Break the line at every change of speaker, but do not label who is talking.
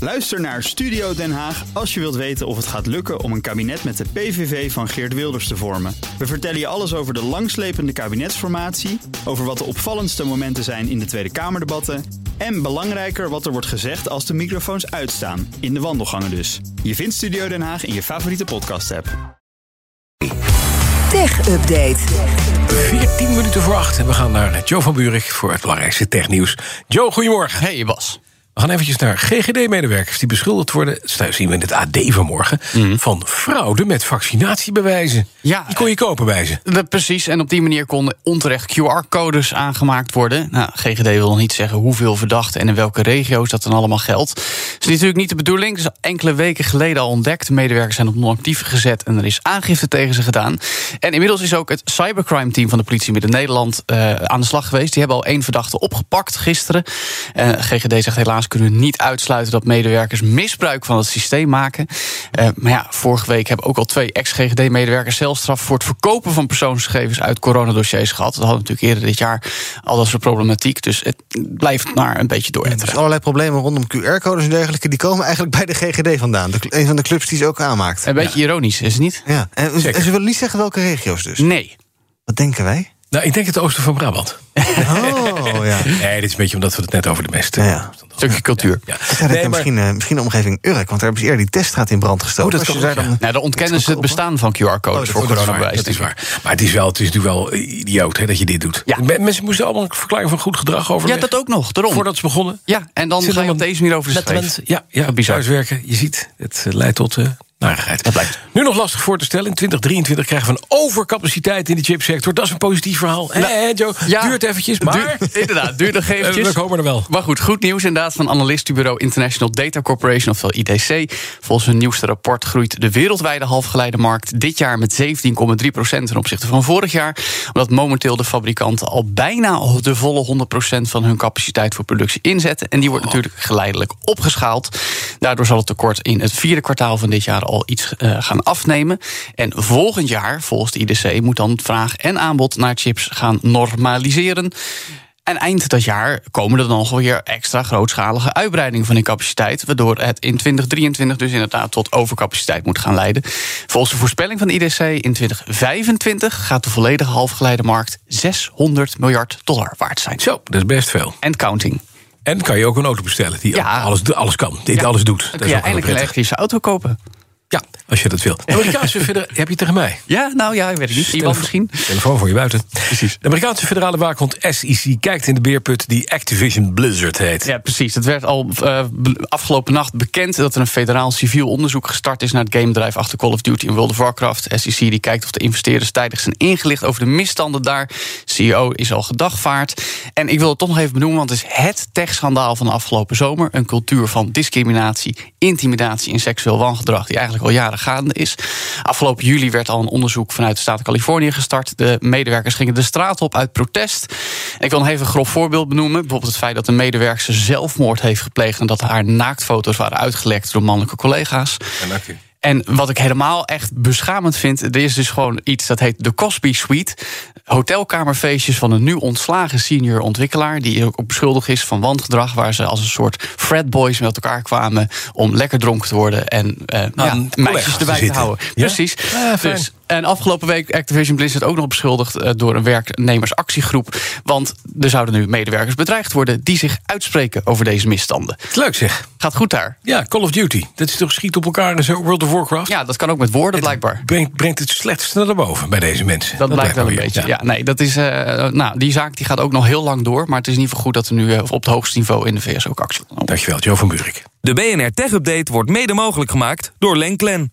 Luister naar Studio Den Haag als je wilt weten of het gaat lukken om een kabinet met de PVV van Geert Wilders te vormen. We vertellen je alles over de langslepende kabinetsformatie, over wat de opvallendste momenten zijn in de Tweede Kamerdebatten en belangrijker wat er wordt gezegd als de microfoons uitstaan, in de wandelgangen dus. Je vindt Studio Den Haag in je favoriete podcast-app.
Tech Update.
14 minuten voor acht. En we gaan naar Joe van Buurik voor het belangrijkste technieuws. Joe, goedemorgen.
Hey Bas.
We gaan eventjes naar GGD-medewerkers die beschuldigd worden... dat zien we in het AD vanmorgen... van fraude met vaccinatiebewijzen.
Mhm. Ja,
die kon je kopen bij ze.
De- precies, en op die manier konden onterecht QR-codes aangemaakt worden. Nou, GGD wil nog niet zeggen hoeveel verdachten en in welke regio's dat dan allemaal geldt. Dat is natuurlijk niet de bedoeling. Dat is enkele weken geleden al ontdekt. Medewerkers zijn op non-actief gezet en er is aangifte tegen ze gedaan. En inmiddels is ook het cybercrime-team van de politie Midden-Nederland eh, aan de slag geweest. Die hebben al één verdachte opgepakt gisteren. Eh, GGD zegt helaas kunnen we niet uitsluiten dat medewerkers misbruik van het systeem maken. Eh, maar ja, vorige week hebben ook al twee ex-GGD-medewerkers celstraf voor het verkopen van persoonsgegevens uit coronadossiers gehad. Dat hadden we natuurlijk eerder dit jaar al dat soort problematiek. Dus het blijft maar een beetje
Er zijn
doorhetteren.
allerlei problemen rondom QR-codes en dergelijke. Die komen eigenlijk bij de GGD vandaan. De, een van de clubs die ze ook aanmaakt.
Een beetje ironisch, is het niet?
Ja. En, en
Zeker.
ze willen niet zeggen welke regio's dus.
Nee.
Wat denken wij?
Nou, ik denk het oosten van Brabant.
Oh, ja.
Nee, dit is een beetje omdat we het net over de mest...
Ja, ja.
Stukje cultuur.
Ja.
Ja,
Nee,
dat kan
maar-
misschien, eh, misschien de omgeving Urk, want daar hebben ze eerder die teststraat in brand gestoken.
Oh, dat
Als je
kan
daar
ook,
dan-
Nou, dan ontkennen ze het bestaan van QR-codes
dat-
voor
Oh, dat is waar,
coronabewijs.
Dat is waar. Maar het is, wel, het is natuurlijk wel idioot hè, dat je dit doet.
Ja.
Me- Mensen moesten allemaal een verklaring van goed gedrag over.
Ja, dat ook nog, daarom.
Voordat ze begonnen.
Ja, en dan
Zit
ga je op
allemaal
deze manier over de schreef.
letterlijk- Ja, ja
Bizar.
thuiswerken. Je ziet, het eh, leidt tot eh narigheid. Dat blijkt. Nu nog lastig voor te stellen. In 2023 krijgen we een overcapaciteit in de chipsector. Dat is een positief verhaal. Hé, hé, Joe, duurt eventjes, maar...
Nou, Duur- inderdaad, duurt nog
eh,
eventjes.
we komen er wel.
Maar goed, goed nieuws inderdaad van analistenbureau International Data Corporation, ofwel IDC. Volgens hun nieuwste rapport groeit de wereldwijde halfgeleidermarkt dit jaar met 17,3% ten opzichte van vorig jaar. Omdat momenteel de fabrikanten al bijna de volle 100% van hun capaciteit voor productie inzetten. En die
Oh.
wordt natuurlijk geleidelijk opgeschaald. Daardoor zal het tekort in het vierde kwartaal van dit jaar al iets eh, gaan afnemen. En volgend jaar, volgens de IDC, moet dan vraag en aanbod naar chips gaan normaliseren. En eind dat jaar komen er dan nog weer extra grootschalige uitbreidingen van die capaciteit. Waardoor het in 2023 dus inderdaad tot overcapaciteit moet gaan leiden. Volgens de voorspelling van de IDC in 2025 gaat de volledige halfgeleidermarkt 600 miljard dollar waard zijn.
Zo, dat is best veel.
En counting.
En kan je ook een auto bestellen die
Ja.
alles, alles kan. Die
Ja.
alles doet.
Dan
Dat
kun
is
je
ook wel
eindelijk een
prettig.
elektrische auto kopen.
Ja, als je dat wil. De Amerikaanse verder heb je tegen mij.
Ja, nou ja, ik weet het niet. Iemand
Telefo-
misschien.
Telefoon voor je buiten. Precies. De Amerikaanse federale waakhond SEC kijkt in de beerput die Activision Blizzard heet.
Ja, precies. Het werd al eh, be- afgelopen nacht bekend dat er een federaal civiel onderzoek gestart is naar het gamedrive achter Call of Duty in World of Warcraft. SEC die kijkt of de investeerders tijdig zijn ingelicht over de misstanden daar. CEO is al gedagvaard. En ik wil het toch nog even benoemen, want het is het techschandaal van de afgelopen zomer. Een cultuur van discriminatie, intimidatie en seksueel wangedrag die eigenlijk al jaren gaande is. Afgelopen juli werd al een onderzoek vanuit de staat Californië gestart. De medewerkers gingen de straat op uit protest. En ik wil nog even een grof voorbeeld benoemen. Bijvoorbeeld het feit dat een medewerker zelfmoord heeft gepleegd... en dat haar naaktfoto's waren uitgelekt door mannelijke collega's. En wat ik helemaal echt beschamend vind, er is dus gewoon iets dat heet de Cosby Suite. Hotelkamerfeestjes van een nu ontslagen senior ontwikkelaar. Die ook beschuldigd is van wangedrag. Waar ze als een soort fratboys met elkaar kwamen. om lekker dronken te worden en eh, ja,
collega's
meisjes
te
erbij te,
zitten.
houden.
Ja?
Precies.
Ja, fijn.
dus, en afgelopen week Activision Blizzard ook nog beschuldigd eh, door een werknemersactiegroep. Want er zouden nu medewerkers bedreigd worden. die zich uitspreken over deze misstanden.
Leuk zeg.
Gaat goed daar.
Ja, Call of Duty. Dat is toch schiet op elkaar in zo World of Warcraft?
Ja, dat kan ook met woorden blijkbaar.
Brengt, brengt het slechtste naar boven bij deze mensen.
Dat, blijkt wel een
weer.
beetje. Ja.
Ja.
nee, dat is, eh, nou, die zaak die gaat ook nog heel lang door. Maar het is in ieder geval goed dat er nu eh, op het hoogste niveau in de VS ook actie ondernomen wordt.
Dankjewel, Jo van Buurik.
De BNR Tech Update wordt mede mogelijk gemaakt door Lenklen.